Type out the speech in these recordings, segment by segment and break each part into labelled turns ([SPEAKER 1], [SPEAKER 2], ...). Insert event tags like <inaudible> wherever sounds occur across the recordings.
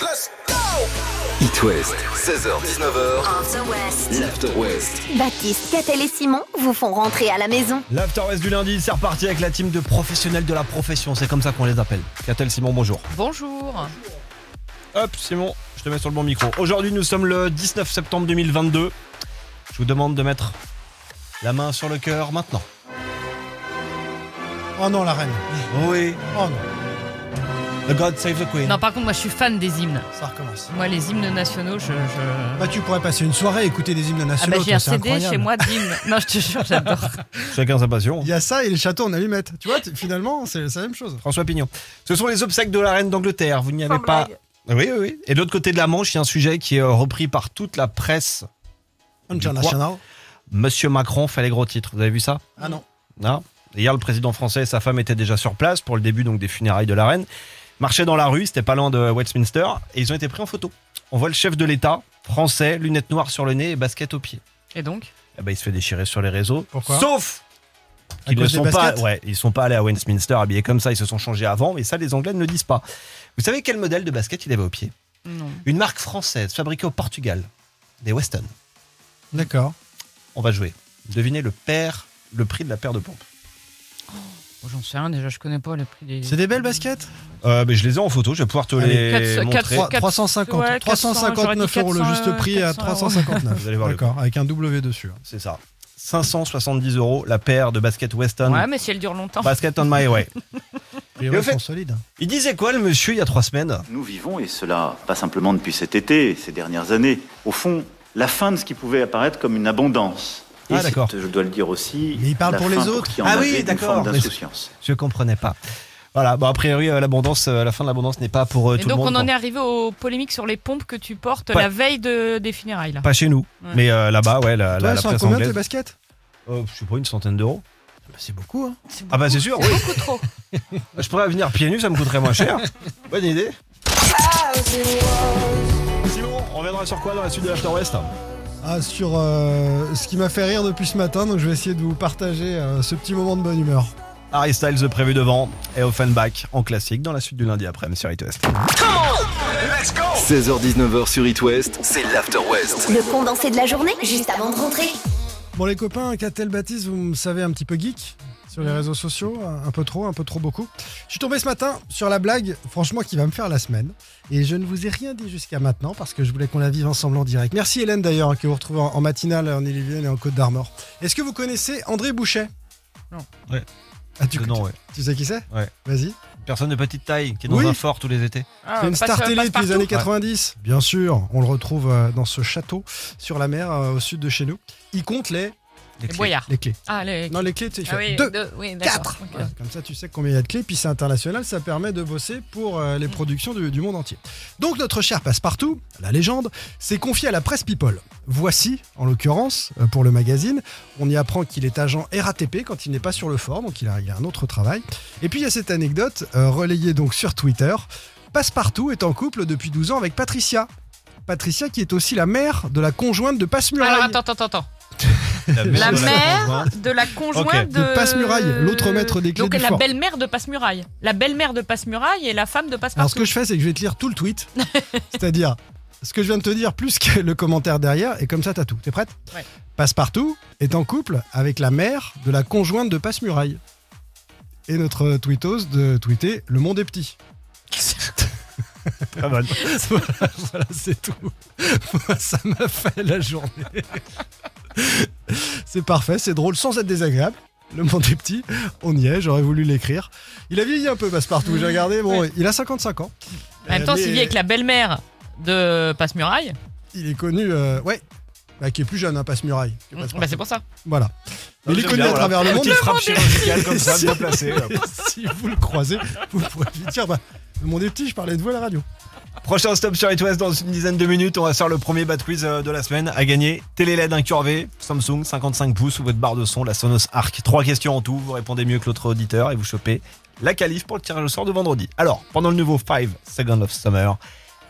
[SPEAKER 1] Let's go
[SPEAKER 2] It West, 16h-19h,
[SPEAKER 3] After West.
[SPEAKER 2] l'After West.
[SPEAKER 3] Baptiste, Catel et Simon vous font rentrer à la maison.
[SPEAKER 4] L'After West du lundi, c'est reparti avec la team de professionnels de la profession, c'est comme ça qu'on les appelle. Catel Simon, bonjour.
[SPEAKER 5] Bonjour.
[SPEAKER 4] Hop, Simon, je te mets sur le bon micro. Aujourd'hui, nous sommes le 19 septembre 2022. Je vous demande de mettre la main sur le cœur maintenant.
[SPEAKER 6] Oh non, la reine.
[SPEAKER 4] Oui.
[SPEAKER 6] Oh non,
[SPEAKER 4] The God Save the Queen.
[SPEAKER 5] Non, par contre, moi, je suis fan des hymnes.
[SPEAKER 6] ça recommence.
[SPEAKER 5] Moi, les hymnes nationaux, je. je-
[SPEAKER 6] Bah, tu pourrais passer une soirée à écouter des hymnes
[SPEAKER 5] Ah bah
[SPEAKER 6] nationaux.
[SPEAKER 5] j'ai
[SPEAKER 6] toi,
[SPEAKER 5] un
[SPEAKER 6] c'est
[SPEAKER 5] CD
[SPEAKER 6] incroyable.
[SPEAKER 5] chez moi <laughs> d'hymnes. Non, je te jure, j'adore.
[SPEAKER 4] Chacun sa passion.
[SPEAKER 6] Il y a ça et les châteaux en allumette. Tu vois, t- finalement, c'est c'est la même chose.
[SPEAKER 4] François Pignon. Ce sont les obsèques de la reine d'Angleterre. Vous n'y avez pas. Oui, oui, oui. Et de l'autre côté de la Manche, il y a un sujet qui est euh, repris par toute la presse.
[SPEAKER 6] International.
[SPEAKER 4] Monsieur Macron fait les gros titres. Vous avez vu ça
[SPEAKER 6] Ah non.
[SPEAKER 4] Non. Hier, le président français et sa femme étaient déjà sur place pour le début donc des funérailles de la reine. Marchaient dans la rue, c'était pas loin de Westminster, et ils ont été pris en photo. On voit le chef de l'État, français, lunettes noires sur le nez et basket aux pieds.
[SPEAKER 5] Et donc
[SPEAKER 4] Eh ben, il se fait déchirer sur les réseaux.
[SPEAKER 6] Pourquoi
[SPEAKER 4] Sauf
[SPEAKER 6] À
[SPEAKER 4] qu'ils ne
[SPEAKER 6] cause des
[SPEAKER 4] sont pas,
[SPEAKER 6] baskets
[SPEAKER 4] ouais, ils sont pas allés à Westminster habillés comme ça, ils se sont changés avant, et ça, les Anglais ne le disent pas. Vous savez quel modèle de basket il avait au pied
[SPEAKER 5] Non.
[SPEAKER 4] Une marque française fabriquée au Portugal, des Weston.
[SPEAKER 6] D'accord.
[SPEAKER 4] On va jouer. Devinez le paire, le prix de la paire de pompes.
[SPEAKER 5] Bon, J'en sais rien déjà, je connais pas le prix des.
[SPEAKER 6] C'est des belles baskets
[SPEAKER 4] Euh, mais je les ai en photo, je vais pouvoir te les
[SPEAKER 5] Allez, Ah, quatre-
[SPEAKER 4] montrer.
[SPEAKER 5] quatre-
[SPEAKER 6] Trois-
[SPEAKER 5] quatre-
[SPEAKER 6] 350.
[SPEAKER 5] ouais,
[SPEAKER 6] 359 euros, le
[SPEAKER 5] 400,
[SPEAKER 6] juste prix à
[SPEAKER 5] 400 euros.
[SPEAKER 6] 359.
[SPEAKER 4] Vous allez voir le
[SPEAKER 6] D'accord, avec un W dessus.
[SPEAKER 4] C'est ça. 570 euros la paire de basket Weston.
[SPEAKER 5] Ouais, mais si elle dure longtemps.
[SPEAKER 4] Basket on my
[SPEAKER 5] <laughs>
[SPEAKER 4] way.
[SPEAKER 6] Et
[SPEAKER 4] au
[SPEAKER 6] ouais,
[SPEAKER 4] fait-
[SPEAKER 6] ils sont solides.
[SPEAKER 4] Il disait quoi le monsieur il y a trois semaines
[SPEAKER 7] Nous vivons, et cela pas simplement depuis cet été, ces dernières années, au fond, la fin de ce qui pouvait apparaître comme une abondance.
[SPEAKER 4] Ah,
[SPEAKER 7] Et
[SPEAKER 4] d'accord.
[SPEAKER 7] c'est, Je dois le dire aussi.
[SPEAKER 6] Mais il parle
[SPEAKER 7] la
[SPEAKER 6] pour les
[SPEAKER 7] fin
[SPEAKER 6] autres.
[SPEAKER 7] qui en
[SPEAKER 4] Ah
[SPEAKER 7] avait
[SPEAKER 4] oui,
[SPEAKER 7] une
[SPEAKER 4] d'accord.
[SPEAKER 7] forme
[SPEAKER 4] Mais-
[SPEAKER 7] d'insouciance.
[SPEAKER 4] Je comprenais pas. Voilà, bon a priori euh, l'abondance, euh, la fin de l'abondance n'est pas pour euh,
[SPEAKER 5] Et
[SPEAKER 4] tout
[SPEAKER 5] donc,
[SPEAKER 4] le monde.
[SPEAKER 5] on en
[SPEAKER 4] non.
[SPEAKER 5] est arrivé aux polémiques sur les pompes que tu portes
[SPEAKER 4] Pas-
[SPEAKER 5] la veille de, des funérailles, là.
[SPEAKER 4] Pas chez nous,
[SPEAKER 5] Ouais.
[SPEAKER 4] mais euh, là-bas, ouais, la,
[SPEAKER 6] Toi,
[SPEAKER 4] la,
[SPEAKER 6] elles
[SPEAKER 4] la
[SPEAKER 6] sont à
[SPEAKER 4] presse
[SPEAKER 6] combien tes
[SPEAKER 4] anglaise.
[SPEAKER 6] baskets
[SPEAKER 4] Euh, je sais pas, une centaine d'euros.
[SPEAKER 6] C'est beaucoup, hein.
[SPEAKER 4] Ah bah c'est sûr, oui. Bah,
[SPEAKER 5] Beaucoup
[SPEAKER 6] <laughs>
[SPEAKER 5] trop.
[SPEAKER 4] Je pourrais venir pieds nus, ça me coûterait moins
[SPEAKER 5] <laughs>
[SPEAKER 4] cher. Bonne idée. Simon, on reviendra sur quoi dans la suite de l'After West
[SPEAKER 6] Ah, sur euh, ce qui m'a fait rire depuis ce matin, donc je vais essayer de vous partager euh, ce petit moment de bonne humeur.
[SPEAKER 4] Harry Styles de prévu devant et Offenbach en classique dans la suite du lundi après-midi sur It West.
[SPEAKER 2] 16h-19h sur It West, c'est l'After West.
[SPEAKER 3] Le condensé de la journée, juste avant de rentrer.
[SPEAKER 6] Bon les copains, Catel Baptiste, vous me savez un petit peu geek sur les réseaux sociaux, un un peu trop, un peu trop beaucoup. Je suis tombé ce matin sur la blague, franchement, qui va me faire la semaine. Et je ne vous ai rien dit jusqu'à maintenant parce que je voulais qu'on la vive ensemble en direct. Merci Hélène d'ailleurs, hein, que vous retrouvez en en matinale en Ille-et-Vilaine et en Côte d'Armor. Est-ce que vous connaissez André Bouchet
[SPEAKER 5] Non.
[SPEAKER 4] Ouais. Euh,
[SPEAKER 6] Ah, tu,
[SPEAKER 4] Non, ouais.
[SPEAKER 6] tu sais qui c'est
[SPEAKER 4] Ouais.
[SPEAKER 6] Vas-y.
[SPEAKER 4] Personne de petite taille qui est dans
[SPEAKER 6] dans Oui.
[SPEAKER 4] un
[SPEAKER 6] un
[SPEAKER 4] fort tous les étés.
[SPEAKER 5] Ah,
[SPEAKER 6] C'est une
[SPEAKER 5] passe-
[SPEAKER 6] star télé
[SPEAKER 5] passe
[SPEAKER 6] depuis les
[SPEAKER 5] partout.
[SPEAKER 6] années 90. Bien sûr, on le retrouve euh, dans ce château sur la mer euh, au sud de chez nous. Il compte les,
[SPEAKER 5] Les boyards.
[SPEAKER 6] les clés.
[SPEAKER 5] Ah, les.
[SPEAKER 6] Non, les clés, tu sais, il
[SPEAKER 5] Ah
[SPEAKER 6] fait
[SPEAKER 5] oui,
[SPEAKER 6] deux.
[SPEAKER 5] deux, oui, d'accord.
[SPEAKER 6] Quatre.
[SPEAKER 5] Ok.
[SPEAKER 6] Voilà, comme ça, tu sais combien il y a de clés. Puis c'est international, ça permet de bosser pour euh,
[SPEAKER 5] Mm.
[SPEAKER 6] les productions du, du monde entier. Donc notre cher Passepartout, la légende, s'est confié à la presse People. Voici, en l'occurrence, euh, pour le magazine, on y apprend qu'il est agent RATP quand il n'est pas sur le fort, donc il a, il a un autre travail. Et puis il y a cette anecdote, euh, relayée donc sur Twitter. Passepartout est en couple depuis 12 ans avec Patricia. Patricia qui est aussi la mère de la conjointe de Passe-Muraille.
[SPEAKER 5] Alors, attends, attends, attends.
[SPEAKER 4] mère
[SPEAKER 5] La
[SPEAKER 4] de la
[SPEAKER 5] mère
[SPEAKER 4] conjointe.
[SPEAKER 5] de la conjointe
[SPEAKER 4] Ok.
[SPEAKER 5] de.
[SPEAKER 6] De Passe-Muraille, l'autre maître des clés
[SPEAKER 5] Donc,
[SPEAKER 6] du
[SPEAKER 5] la
[SPEAKER 6] fort.
[SPEAKER 5] belle-mère de Passe-Muraille. La belle-mère de Passe-Muraille et la femme de
[SPEAKER 6] Alors ce
[SPEAKER 5] Passe-Partout.
[SPEAKER 6] que je fais, c'est que je vais te lire tout le tweet, c'est-à-dire ce que je viens de te dire plus que le commentaire derrière, et comme ça t'as tout. T'es prête
[SPEAKER 5] Ouais.
[SPEAKER 6] Passepartout est en couple avec la mère de la conjointe de Passe-Muraille. Et notre tweetos de tweeter Le monde est petit.
[SPEAKER 4] Pas mal.
[SPEAKER 6] <laughs> voilà, voilà, c'est tout. Moi, ça m'a fait la journée. c'est parfait, c'est drôle, sans être désagréable. Le monde est petit, on y est, j'aurais voulu l'écrire. Il a vieilli un peu, Passepartout, j'ai regardé, bon, il a 55 ans.
[SPEAKER 5] Mmh, En même temps,
[SPEAKER 6] Euh,
[SPEAKER 5] s'il vit
[SPEAKER 6] mais-
[SPEAKER 5] avec la belle-mère de Passe-Muraille,
[SPEAKER 6] il est connu, euh, ouais, bah, qui est plus jeune, hein, passe-muraille. que
[SPEAKER 5] bah,
[SPEAKER 6] Passe-Partout. Oh,
[SPEAKER 5] c'est pour ça.
[SPEAKER 6] Voilà. Mais il est
[SPEAKER 4] J'aime
[SPEAKER 6] connu
[SPEAKER 4] bien,
[SPEAKER 6] à
[SPEAKER 4] voilà.
[SPEAKER 6] travers le monde.
[SPEAKER 4] Petite frappe chirurgicale comme ça, bien placée.
[SPEAKER 6] <laughs> si vous le croisez, vous pourrez lui dire, bah, le monde est petit, je parlais de vous à la radio.
[SPEAKER 4] Prochain stop sur It West dans une dizaine de minutes. On va faire le premier bad quiz euh, de la semaine à gagner. Télé-LED incurvé, Samsung 55 pouces ou votre barre de son, la Sonos Arc. Trois questions en tout. Vous répondez mieux que l'autre auditeur et vous chopez la qualif pour le tirage au sort de vendredi. Alors, pendant le nouveau 5 Seconds of Summer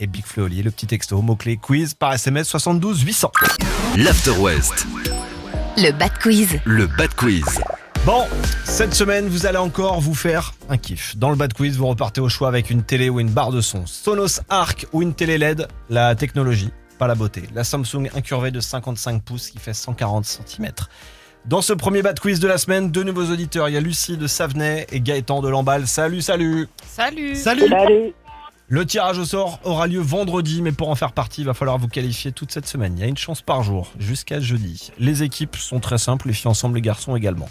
[SPEAKER 4] et Big Flo et Oli, le petit texto, mot-clé quiz par SMS 72 800.
[SPEAKER 2] L'After West,
[SPEAKER 3] Le Bat Quiz.
[SPEAKER 2] le Bad Quiz.
[SPEAKER 4] Bon, cette semaine, vous allez encore vous faire un kiff. Dans le bad quiz, vous repartez au choix avec une télé ou une barre de son. Sonos Arc ou une télé LED, la technologie, pas la beauté. La Samsung incurvée de 55 pouces qui fait 140 cm. Dans ce premier bad quiz de la semaine, deux nouveaux auditeurs. Il y a Lucie de Savenay et Gaëtan de Lamballe. Salut, salut
[SPEAKER 5] Salut.
[SPEAKER 4] Salut
[SPEAKER 1] Salut.
[SPEAKER 4] Le tirage au sort aura lieu vendredi, mais pour en faire partie, il va falloir vous qualifier toute cette semaine. Il y a une chance par jour, jusqu'à jeudi. Les équipes sont très simples, les filles ensemble, les garçons également.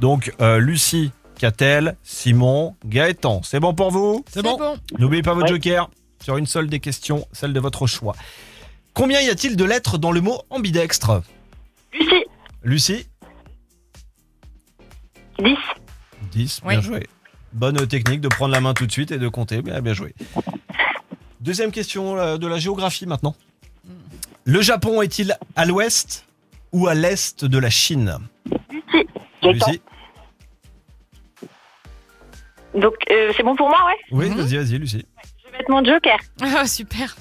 [SPEAKER 4] Donc, euh, Lucie, Catel, Simon, Gaëtan, c'est bon pour vous
[SPEAKER 6] C'est bon.
[SPEAKER 4] N'oubliez pas votre
[SPEAKER 1] Ouais.
[SPEAKER 4] joker sur une seule des questions, celle de votre choix. Combien y a-t-il de lettres dans le mot ambidextre
[SPEAKER 1] Lucie,
[SPEAKER 4] Lucie
[SPEAKER 1] 10.
[SPEAKER 4] 10,
[SPEAKER 5] Oui.
[SPEAKER 4] bien joué. Bonne technique de prendre la main tout de suite et de compter, bien, bien joué. Deuxième question euh, de la géographie maintenant. Le Japon est-il à l'ouest ou à l'est de la Chine
[SPEAKER 1] Lucie. Gaëtan.
[SPEAKER 4] Lucie
[SPEAKER 1] Donc, euh, c'est bon pour moi, ouais
[SPEAKER 4] Oui,
[SPEAKER 5] Mhm.
[SPEAKER 4] vas-y, vas-y, Lucie.
[SPEAKER 1] Je vais mettre mon joker.
[SPEAKER 5] Ah, super.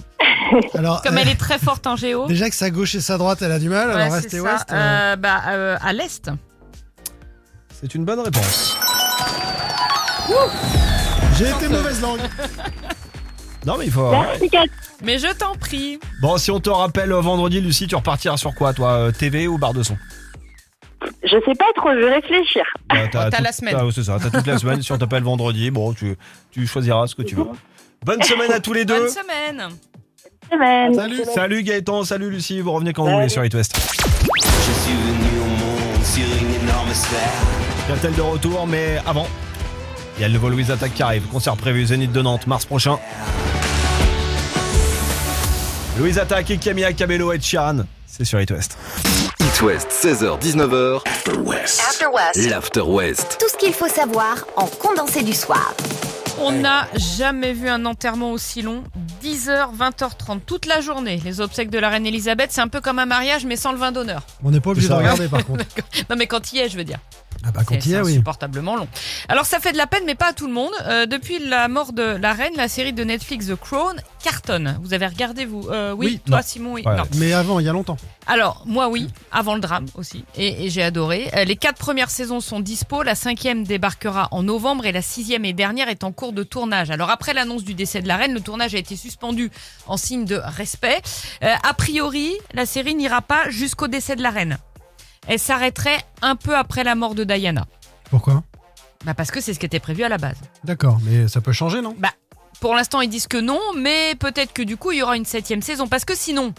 [SPEAKER 6] Alors,
[SPEAKER 5] Comme
[SPEAKER 6] euh,
[SPEAKER 5] elle est très forte en géo.
[SPEAKER 6] déjà que sa gauche et sa droite, elle a du mal,
[SPEAKER 5] Ouais,
[SPEAKER 6] alors
[SPEAKER 5] c'est
[SPEAKER 6] restez
[SPEAKER 5] ça.
[SPEAKER 6] ouest. euh,
[SPEAKER 5] Euh, bah, euh, à l'est.
[SPEAKER 4] C'est une bonne réponse.
[SPEAKER 6] J'ai été mauvaise langue.
[SPEAKER 4] <laughs> Non, mais il faut.
[SPEAKER 1] Merci, Kat.
[SPEAKER 5] Mais je t'en prie.
[SPEAKER 4] Bon, si on te rappelle euh, vendredi, Lucie, tu repartiras sur quoi, toi euh, TV ou barre de son
[SPEAKER 1] Je sais pas trop, je vais réfléchir.
[SPEAKER 4] Bah,
[SPEAKER 5] Oh, t'as
[SPEAKER 4] tout-
[SPEAKER 5] la semaine.
[SPEAKER 4] t'as- C'est ça, t'as
[SPEAKER 5] <laughs>
[SPEAKER 4] toute la semaine. Si on t'appelle vendredi, bon, tu, tu choisiras ce que tu veux. Bonne semaine à tous les deux.
[SPEAKER 5] Bonne semaine.
[SPEAKER 1] Semaine.
[SPEAKER 6] Salut.
[SPEAKER 4] Salut Gaëtan, salut Lucie, vous revenez quand vous
[SPEAKER 1] Salut.
[SPEAKER 4] voulez sur It West.
[SPEAKER 2] Je suis venu au monde sur une énorme sphère.
[SPEAKER 4] Catel de retour, mais avant, il y a le Vol Louise Attack qui arrive. Concert prévu Zénith de Nantes, mars prochain. Louise Attack et Camilla Cabello et Sharon, c'est sur It West.
[SPEAKER 2] It West, 16h-19h.
[SPEAKER 3] After West.
[SPEAKER 2] L'After West.
[SPEAKER 3] Tout ce qu'il faut savoir en condensé du soir.
[SPEAKER 5] On n'a jamais vu un enterrement aussi long. 10h, 20h30, toute la journée. Les obsèques de la reine Elisabeth, c'est un peu comme un mariage, mais sans le vin d'honneur.
[SPEAKER 6] On n'est pas obligé
[SPEAKER 4] C'est
[SPEAKER 6] de
[SPEAKER 4] ça,
[SPEAKER 6] regarder
[SPEAKER 5] <laughs>
[SPEAKER 6] par contre.
[SPEAKER 5] Non, mais quand il est, je veux dire.
[SPEAKER 6] Ah bah quand
[SPEAKER 5] C'est
[SPEAKER 6] il y
[SPEAKER 5] c'est
[SPEAKER 6] a, oui.
[SPEAKER 5] insupportablement long. Alors ça fait de la peine, mais pas à tout le monde. Euh, depuis la mort de la reine, la série de Netflix The Crown cartonne. Vous avez regardé, vous Euh, oui,
[SPEAKER 6] Oui,
[SPEAKER 5] toi,
[SPEAKER 6] non.
[SPEAKER 5] Simon, oui.
[SPEAKER 4] Ouais.
[SPEAKER 5] Non.
[SPEAKER 6] Mais avant, il y a longtemps.
[SPEAKER 5] Alors, moi, oui, avant le drame aussi. Et, et j'ai adoré. Euh, Les quatre premières saisons sont dispo. La cinquième débarquera en novembre et la sixième et dernière est en cours de tournage. Alors, après l'annonce du décès de la reine, le tournage a été suspendu en signe de respect. Euh, a priori, la série n'ira pas jusqu'au décès de la reine. Elle s'arrêterait un peu après la mort de Diana.
[SPEAKER 6] Pourquoi
[SPEAKER 5] Bah parce que c'est ce qui était prévu à la base.
[SPEAKER 6] D'accord, mais ça peut changer, non
[SPEAKER 5] Pour l'instant, ils disent que non, mais peut-être que du coup, il y aura une septième saison. Parce que sinon,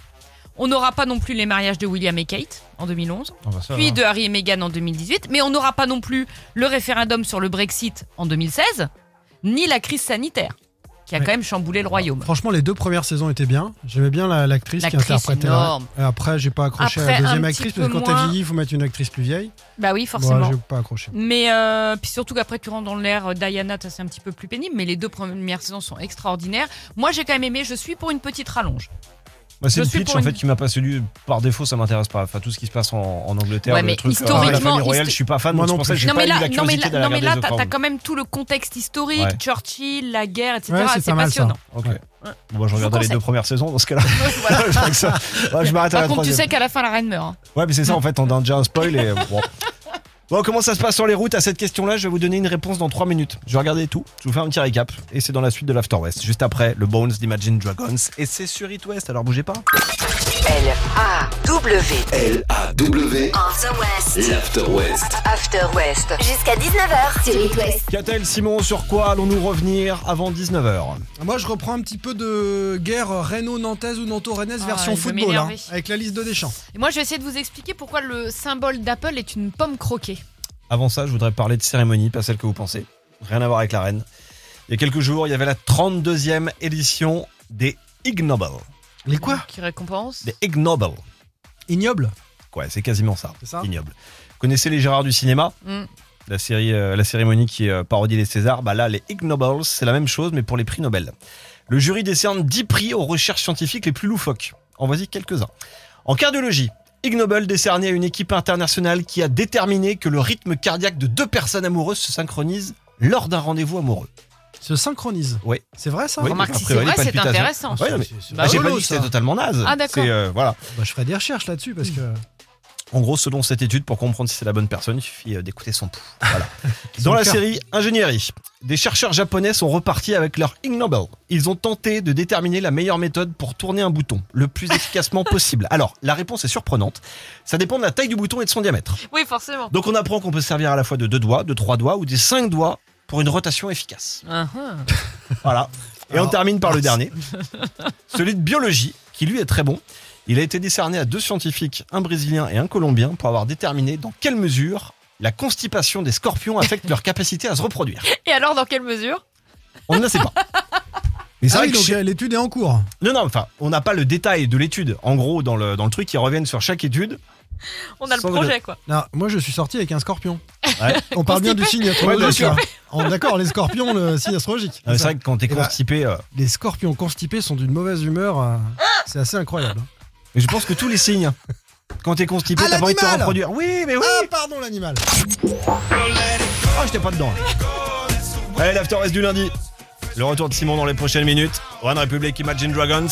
[SPEAKER 5] on n'aura pas non plus les mariages de William et Kate en 2011.
[SPEAKER 6] Ah, bah,
[SPEAKER 5] puis de Harry et Meghan en 2018, mais on n'aura pas non plus le référendum sur le Brexit en 2016, ni la crise sanitaire, qui a
[SPEAKER 6] Ouais.
[SPEAKER 5] quand même chamboulé le royaume.
[SPEAKER 6] Franchement, les deux premières saisons étaient bien. J'aimais bien la- l'actrice qui
[SPEAKER 5] L'actrice
[SPEAKER 6] interprétait. la-
[SPEAKER 5] énorme.
[SPEAKER 6] Et après, j'ai pas accroché à la
[SPEAKER 5] Après, un
[SPEAKER 6] deuxième
[SPEAKER 5] petit
[SPEAKER 6] actrice
[SPEAKER 5] peu
[SPEAKER 6] parce que quand
[SPEAKER 5] moins.
[SPEAKER 6] t'as vieilli, il faut mettre une actrice plus vieille.
[SPEAKER 5] Bah oui,
[SPEAKER 6] Bon,
[SPEAKER 5] forcément.
[SPEAKER 6] j'ai pas accroché.
[SPEAKER 5] Mais euh, puis surtout qu'après tu rentres dans l'ère euh, Diana, ça, c'est un petit peu plus pénible, mais les deux premières saisons sont extraordinaires. Moi j'ai quand même aimé, je suis pour une petite rallonge.
[SPEAKER 4] Moi, c'est
[SPEAKER 5] Je
[SPEAKER 4] le
[SPEAKER 5] suis
[SPEAKER 4] pitch
[SPEAKER 5] pour
[SPEAKER 4] en
[SPEAKER 5] une-
[SPEAKER 4] fait qui m'a pas séduit. Par défaut, ça m'intéresse pas. Enfin, tout ce qui se passe en, en Angleterre,
[SPEAKER 5] Ouais,
[SPEAKER 4] le
[SPEAKER 5] mais
[SPEAKER 4] truc, euh, la
[SPEAKER 5] historiquement,
[SPEAKER 4] famille royale,
[SPEAKER 5] histo-
[SPEAKER 4] je suis pas fan.
[SPEAKER 6] Moi
[SPEAKER 4] donc c'est
[SPEAKER 6] non
[SPEAKER 4] pour ça que
[SPEAKER 6] plus.
[SPEAKER 4] j'ai
[SPEAKER 5] Non
[SPEAKER 4] pas
[SPEAKER 5] mais,
[SPEAKER 4] eu la
[SPEAKER 5] là, non, mais
[SPEAKER 4] curiosité
[SPEAKER 5] là,
[SPEAKER 4] d'aller
[SPEAKER 5] non, mais
[SPEAKER 4] regarder
[SPEAKER 5] là,
[SPEAKER 4] The
[SPEAKER 5] t'as
[SPEAKER 4] Crown.
[SPEAKER 5] t'as quand même tout le contexte historique,
[SPEAKER 4] Ouais.
[SPEAKER 5] Churchill, la guerre, etc.
[SPEAKER 6] Ouais, c'est
[SPEAKER 5] c'est
[SPEAKER 6] pas mal,
[SPEAKER 5] passionnant.
[SPEAKER 4] Ok.
[SPEAKER 5] Ouais.
[SPEAKER 4] Bon, bah, je
[SPEAKER 5] vous
[SPEAKER 4] regarderai les
[SPEAKER 5] conseille.
[SPEAKER 4] deux premières saisons dans ce
[SPEAKER 5] <laughs>
[SPEAKER 4] cas-là.
[SPEAKER 5] Voilà.
[SPEAKER 4] <laughs> je crois que ça- Ouais, je m'arrête à la
[SPEAKER 5] Par contre, tu
[SPEAKER 4] troisième.
[SPEAKER 5] sais qu'à la fin la reine meurt. hein.
[SPEAKER 4] Ouais, mais c'est ça en fait, on a déjà un spoil et
[SPEAKER 5] <laughs>
[SPEAKER 4] bon. Bon, comment ça se passe sur les routes à cette question-là Je vais vous donner une réponse dans 3 minutes. Je vais regarder tout, je vous fais un petit récap et c'est dans la suite de l'After West. Juste après, le Bones d'Imagine Dragons et c'est sur It West, alors bougez pas.
[SPEAKER 8] L-A-W,
[SPEAKER 2] L-A-W.
[SPEAKER 3] After West.
[SPEAKER 2] L'After West.
[SPEAKER 8] After West.
[SPEAKER 3] Jusqu'à 19h sur It West.
[SPEAKER 4] Catel, Simon, sur quoi allons-nous revenir avant 19h
[SPEAKER 6] Moi, je reprends un petit peu de guerre réno-nantaise ou nanto-rennaise
[SPEAKER 5] Ah,
[SPEAKER 6] version
[SPEAKER 5] il veut
[SPEAKER 6] football,
[SPEAKER 5] m'énerver.
[SPEAKER 6] hein, avec la liste de Deschamps.
[SPEAKER 5] Et moi, je vais essayer de vous expliquer pourquoi le symbole d'Apple est une pomme croquée.
[SPEAKER 4] Avant ça, je voudrais parler de cérémonie, pas celle que vous pensez. Rien à voir avec la reine. Il y a quelques jours, il y avait la 32e édition des Ignobles.
[SPEAKER 6] Les quoi
[SPEAKER 5] Qui récompense
[SPEAKER 4] Des Ignobles.
[SPEAKER 6] Ignoble
[SPEAKER 4] Ouais, c'est quasiment ça.
[SPEAKER 6] C'est ça
[SPEAKER 4] Ignoble. Vous connaissez les Gérards du cinéma
[SPEAKER 5] Mm.
[SPEAKER 4] la, série, euh, la cérémonie qui euh, parodie les Césars, bah là, les Ig Nobles, c'est la même chose, mais pour les prix Nobel. Le jury décerne 10 prix aux recherches scientifiques les plus loufoques. En voici quelques-uns. En cardiologie, Ig Nobel décerné à une équipe internationale qui a déterminé que le rythme cardiaque de deux personnes amoureuses se synchronise lors d'un rendez-vous amoureux.
[SPEAKER 6] Se synchronise.
[SPEAKER 4] Oui.
[SPEAKER 6] C'est vrai ça
[SPEAKER 4] Oui. a
[SPEAKER 5] Remarque, si c'est
[SPEAKER 4] priori,
[SPEAKER 5] vrai,
[SPEAKER 4] pas de
[SPEAKER 5] c'est
[SPEAKER 4] putation.
[SPEAKER 5] intéressant.
[SPEAKER 4] Ouais, non, mais-
[SPEAKER 6] C'est- c'est-
[SPEAKER 5] Bah,
[SPEAKER 4] Ah, J'ai pas
[SPEAKER 6] rigolo,
[SPEAKER 4] dit que
[SPEAKER 6] ça.
[SPEAKER 4] c'était totalement naze.
[SPEAKER 5] Ah, d'accord.
[SPEAKER 4] C'est, euh, voilà.
[SPEAKER 6] Bah, je ferai des recherches là-dessus parce que.
[SPEAKER 4] En gros, selon cette étude, pour comprendre si c'est la bonne personne, il suffit euh, d'écouter son pouls. Voilà.
[SPEAKER 6] <laughs> Son
[SPEAKER 4] Dans la
[SPEAKER 6] cœur.
[SPEAKER 4] série Ingénierie, des chercheurs japonais sont repartis avec leur Ig Nobel. Ils ont tenté de déterminer la meilleure méthode pour tourner un bouton le plus
[SPEAKER 6] <laughs>
[SPEAKER 4] efficacement possible. Alors, la réponse est surprenante. Ça dépend de la taille du bouton et de son diamètre.
[SPEAKER 5] Oui, forcément.
[SPEAKER 4] Donc, on apprend qu'on peut se servir à la fois de deux doigts, de trois doigts ou des cinq doigts pour une rotation efficace.
[SPEAKER 5] Ah,
[SPEAKER 4] Voilà. Et
[SPEAKER 6] Alors,
[SPEAKER 4] on termine par le
[SPEAKER 6] merci. <laughs>
[SPEAKER 4] dernier. Celui de biologie, qui lui est très bon. Il a été décerné à deux scientifiques, un brésilien et un colombien, pour avoir déterminé dans quelle mesure la constipation des scorpions affecte leur capacité à se reproduire.
[SPEAKER 5] Et alors, dans quelle mesure
[SPEAKER 4] On ne le sait
[SPEAKER 6] <laughs>
[SPEAKER 4] pas. Mais c'est
[SPEAKER 6] Ah
[SPEAKER 4] vrai
[SPEAKER 6] oui,
[SPEAKER 4] que
[SPEAKER 6] donc
[SPEAKER 4] chez-
[SPEAKER 6] euh, l'étude est en cours.
[SPEAKER 4] Non, non, enfin, on n'a pas le détail de l'étude. En gros, dans le, dans le truc, ils reviennent sur chaque étude. Euh,
[SPEAKER 5] On a le
[SPEAKER 4] Sans
[SPEAKER 5] projet, quoi.
[SPEAKER 6] Non, moi, je suis sorti avec un scorpion.
[SPEAKER 4] Ouais.
[SPEAKER 6] On parle bien du signe astrologique.
[SPEAKER 4] Ouais,
[SPEAKER 6] là. On- D'accord, les scorpions, le signe astrologique.
[SPEAKER 4] Euh,
[SPEAKER 6] C'est
[SPEAKER 4] c'est
[SPEAKER 6] ça.
[SPEAKER 4] vrai que quand t'es
[SPEAKER 6] Et bah-
[SPEAKER 4] constipé, euh,
[SPEAKER 6] Les scorpions constipés sont d'une mauvaise humeur. euh, C'est assez incroyable. hein.
[SPEAKER 4] mais je pense que tous les signes, hein. quand t'es constipé,
[SPEAKER 6] Ah,
[SPEAKER 4] t'as pas envie de te
[SPEAKER 6] l'animal
[SPEAKER 4] reproduire. Oui, mais oui
[SPEAKER 6] Ah, pardon, l'animal.
[SPEAKER 4] Ah, j'étais pas dedans. Allez, l'after reste du lundi. Le retour de Simon dans les prochaines minutes. One Republic Imagine Dragons.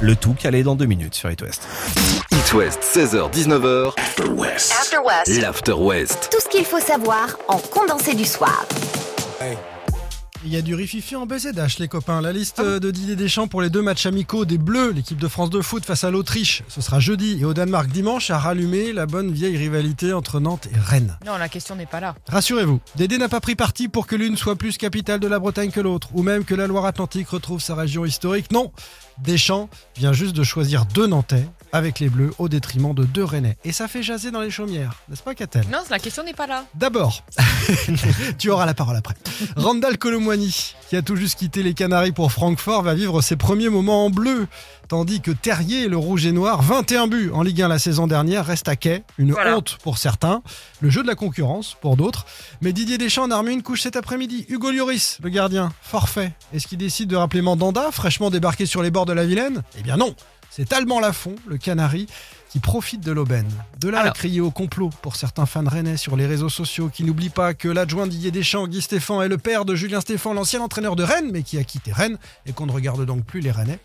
[SPEAKER 4] Le tout calé dans deux minutes sur It West.
[SPEAKER 8] It West, 16h-19h,
[SPEAKER 3] After West.
[SPEAKER 8] l'After West.
[SPEAKER 3] Tout ce qu'il faut savoir en condensé du soir.
[SPEAKER 6] Il y a du rififi en BZH, les copains. La liste euh, de Didier Deschamps pour les deux matchs amicaux des Bleus, l'équipe de France de foot face à l'Autriche. Ce sera jeudi et au Danemark dimanche à rallumer la bonne vieille rivalité entre Nantes et Rennes.
[SPEAKER 5] Non, la question n'est pas là.
[SPEAKER 6] Rassurez-vous, Dédé n'a pas pris parti pour que l'une soit plus capitale de la Bretagne que l'autre, ou même que la Loire-Atlantique retrouve sa région historique. Non, Deschamps vient juste de choisir deux Nantais avec les Bleus au détriment de deux Rennais. Et ça fait jaser dans les chaumières, n'est-ce pas, Catel
[SPEAKER 5] Non, la question n'est pas là.
[SPEAKER 6] D'abord, <laughs> tu auras la parole après. Randall Colomwani, qui a tout juste quitté les Canaries pour Francfort, va vivre ses premiers moments en bleu, tandis que Terrier, le rouge et noir, 21 buts en Ligue 1 la saison dernière, reste à quai. Une honte pour certains, le jeu de la concurrence pour d'autres. Mais Didier Deschamps en a remis une couche cet après-midi. Hugo Lloris, le gardien, forfait. Est-ce qu'il décide de rappeler Mandanda, fraîchement débarqué sur les bords de la Vilaine Eh bien non c'est Allemand Lafont, le Canari, qui profite de l'aubaine. De là à
[SPEAKER 5] Alors.
[SPEAKER 6] crier au complot pour certains fans rennais sur les réseaux sociaux qui n'oublient pas que l'adjoint Didier Deschamps, Guy Stéphane, est le père de Julien Stéphane, l'ancien entraîneur de Rennes, mais qui a quitté Rennes et qu'on ne regarde donc plus les Rennais.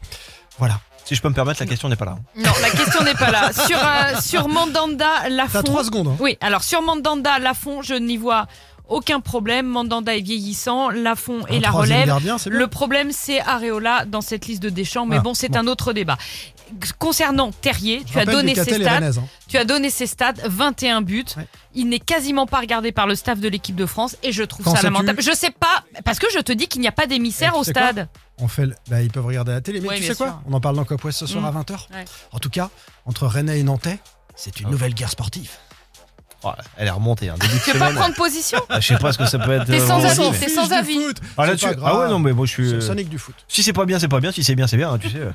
[SPEAKER 6] Voilà.
[SPEAKER 4] Si je peux me permettre, la question n'est pas là. hein.
[SPEAKER 5] Non, la question n'est pas <laughs> là. Sur, euh, sur Mandanda, Lafont.
[SPEAKER 6] T'as trois secondes. hein.
[SPEAKER 5] Oui, alors sur Mandanda, Lafont, je n'y vois aucun problème. Mandanda est vieillissant, Lafont et
[SPEAKER 6] Un
[SPEAKER 5] la
[SPEAKER 6] troisième
[SPEAKER 5] relève.
[SPEAKER 6] gardien, c'est bien.
[SPEAKER 5] Le problème, c'est Areola dans cette liste de Deschamps, mais
[SPEAKER 6] Ah,
[SPEAKER 5] bon, c'est
[SPEAKER 6] bon.
[SPEAKER 5] un autre débat. Concernant Terrier,
[SPEAKER 6] Je
[SPEAKER 5] tu as,
[SPEAKER 6] rappelle
[SPEAKER 5] donné
[SPEAKER 6] que
[SPEAKER 5] ses
[SPEAKER 6] Catel est
[SPEAKER 5] stats,
[SPEAKER 6] rennaise, hein.
[SPEAKER 5] tu as donné ses stats, 21 buts.
[SPEAKER 6] Ouais.
[SPEAKER 5] Il n'est quasiment pas regardé par le staff de l'équipe de France et je trouve
[SPEAKER 6] Quand
[SPEAKER 5] ça
[SPEAKER 6] sais-tu
[SPEAKER 5] lamentable. Je sais pas, parce que je te dis qu'il n'y a pas d'émissaire
[SPEAKER 6] Et tu
[SPEAKER 5] au
[SPEAKER 6] sais quoi
[SPEAKER 5] stade.
[SPEAKER 6] On fait le- bah, ils peuvent regarder la télé, mais
[SPEAKER 5] Ouais,
[SPEAKER 6] tu sais
[SPEAKER 5] bien
[SPEAKER 6] quoi
[SPEAKER 5] sûr.
[SPEAKER 6] On en parle dans Cop West ce soir
[SPEAKER 5] Mm.
[SPEAKER 6] à 20h.
[SPEAKER 5] Ouais.
[SPEAKER 6] En tout cas, entre Rennais et Nantais, c'est une nouvelle guerre sportive.
[SPEAKER 4] Oh, elle est remontée, hein, début de
[SPEAKER 5] Tu veux pas
[SPEAKER 4] semaine.
[SPEAKER 5] prendre position
[SPEAKER 4] Ah, je sais pas ce que ça peut être.
[SPEAKER 5] T'es
[SPEAKER 4] euh,
[SPEAKER 5] sans
[SPEAKER 4] vraiment,
[SPEAKER 5] avis,
[SPEAKER 4] mais-
[SPEAKER 5] c'est sans
[SPEAKER 6] du
[SPEAKER 5] avis.
[SPEAKER 6] foot.
[SPEAKER 4] Ah,
[SPEAKER 6] C'est
[SPEAKER 4] là-dessus.
[SPEAKER 6] pas
[SPEAKER 4] Ah
[SPEAKER 6] grave.
[SPEAKER 4] ouais, non, mais moi je suis.
[SPEAKER 6] C'est
[SPEAKER 4] euh,
[SPEAKER 6] le Sonic du foot.
[SPEAKER 4] Si c'est pas bien, c'est pas bien. Si c'est bien, c'est bien. hein, tu sais. euh,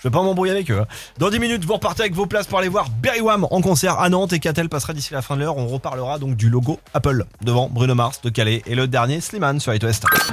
[SPEAKER 4] Je vais pas m'embrouiller avec eux. hein. Dans 10 minutes, vous repartez avec vos places pour aller voir Berry Wham en concert à Nantes et Catel passera d'ici la fin de l'heure. On reparlera donc du logo Apple devant Bruno Mars de Calais et le dernier Slimane sur It West.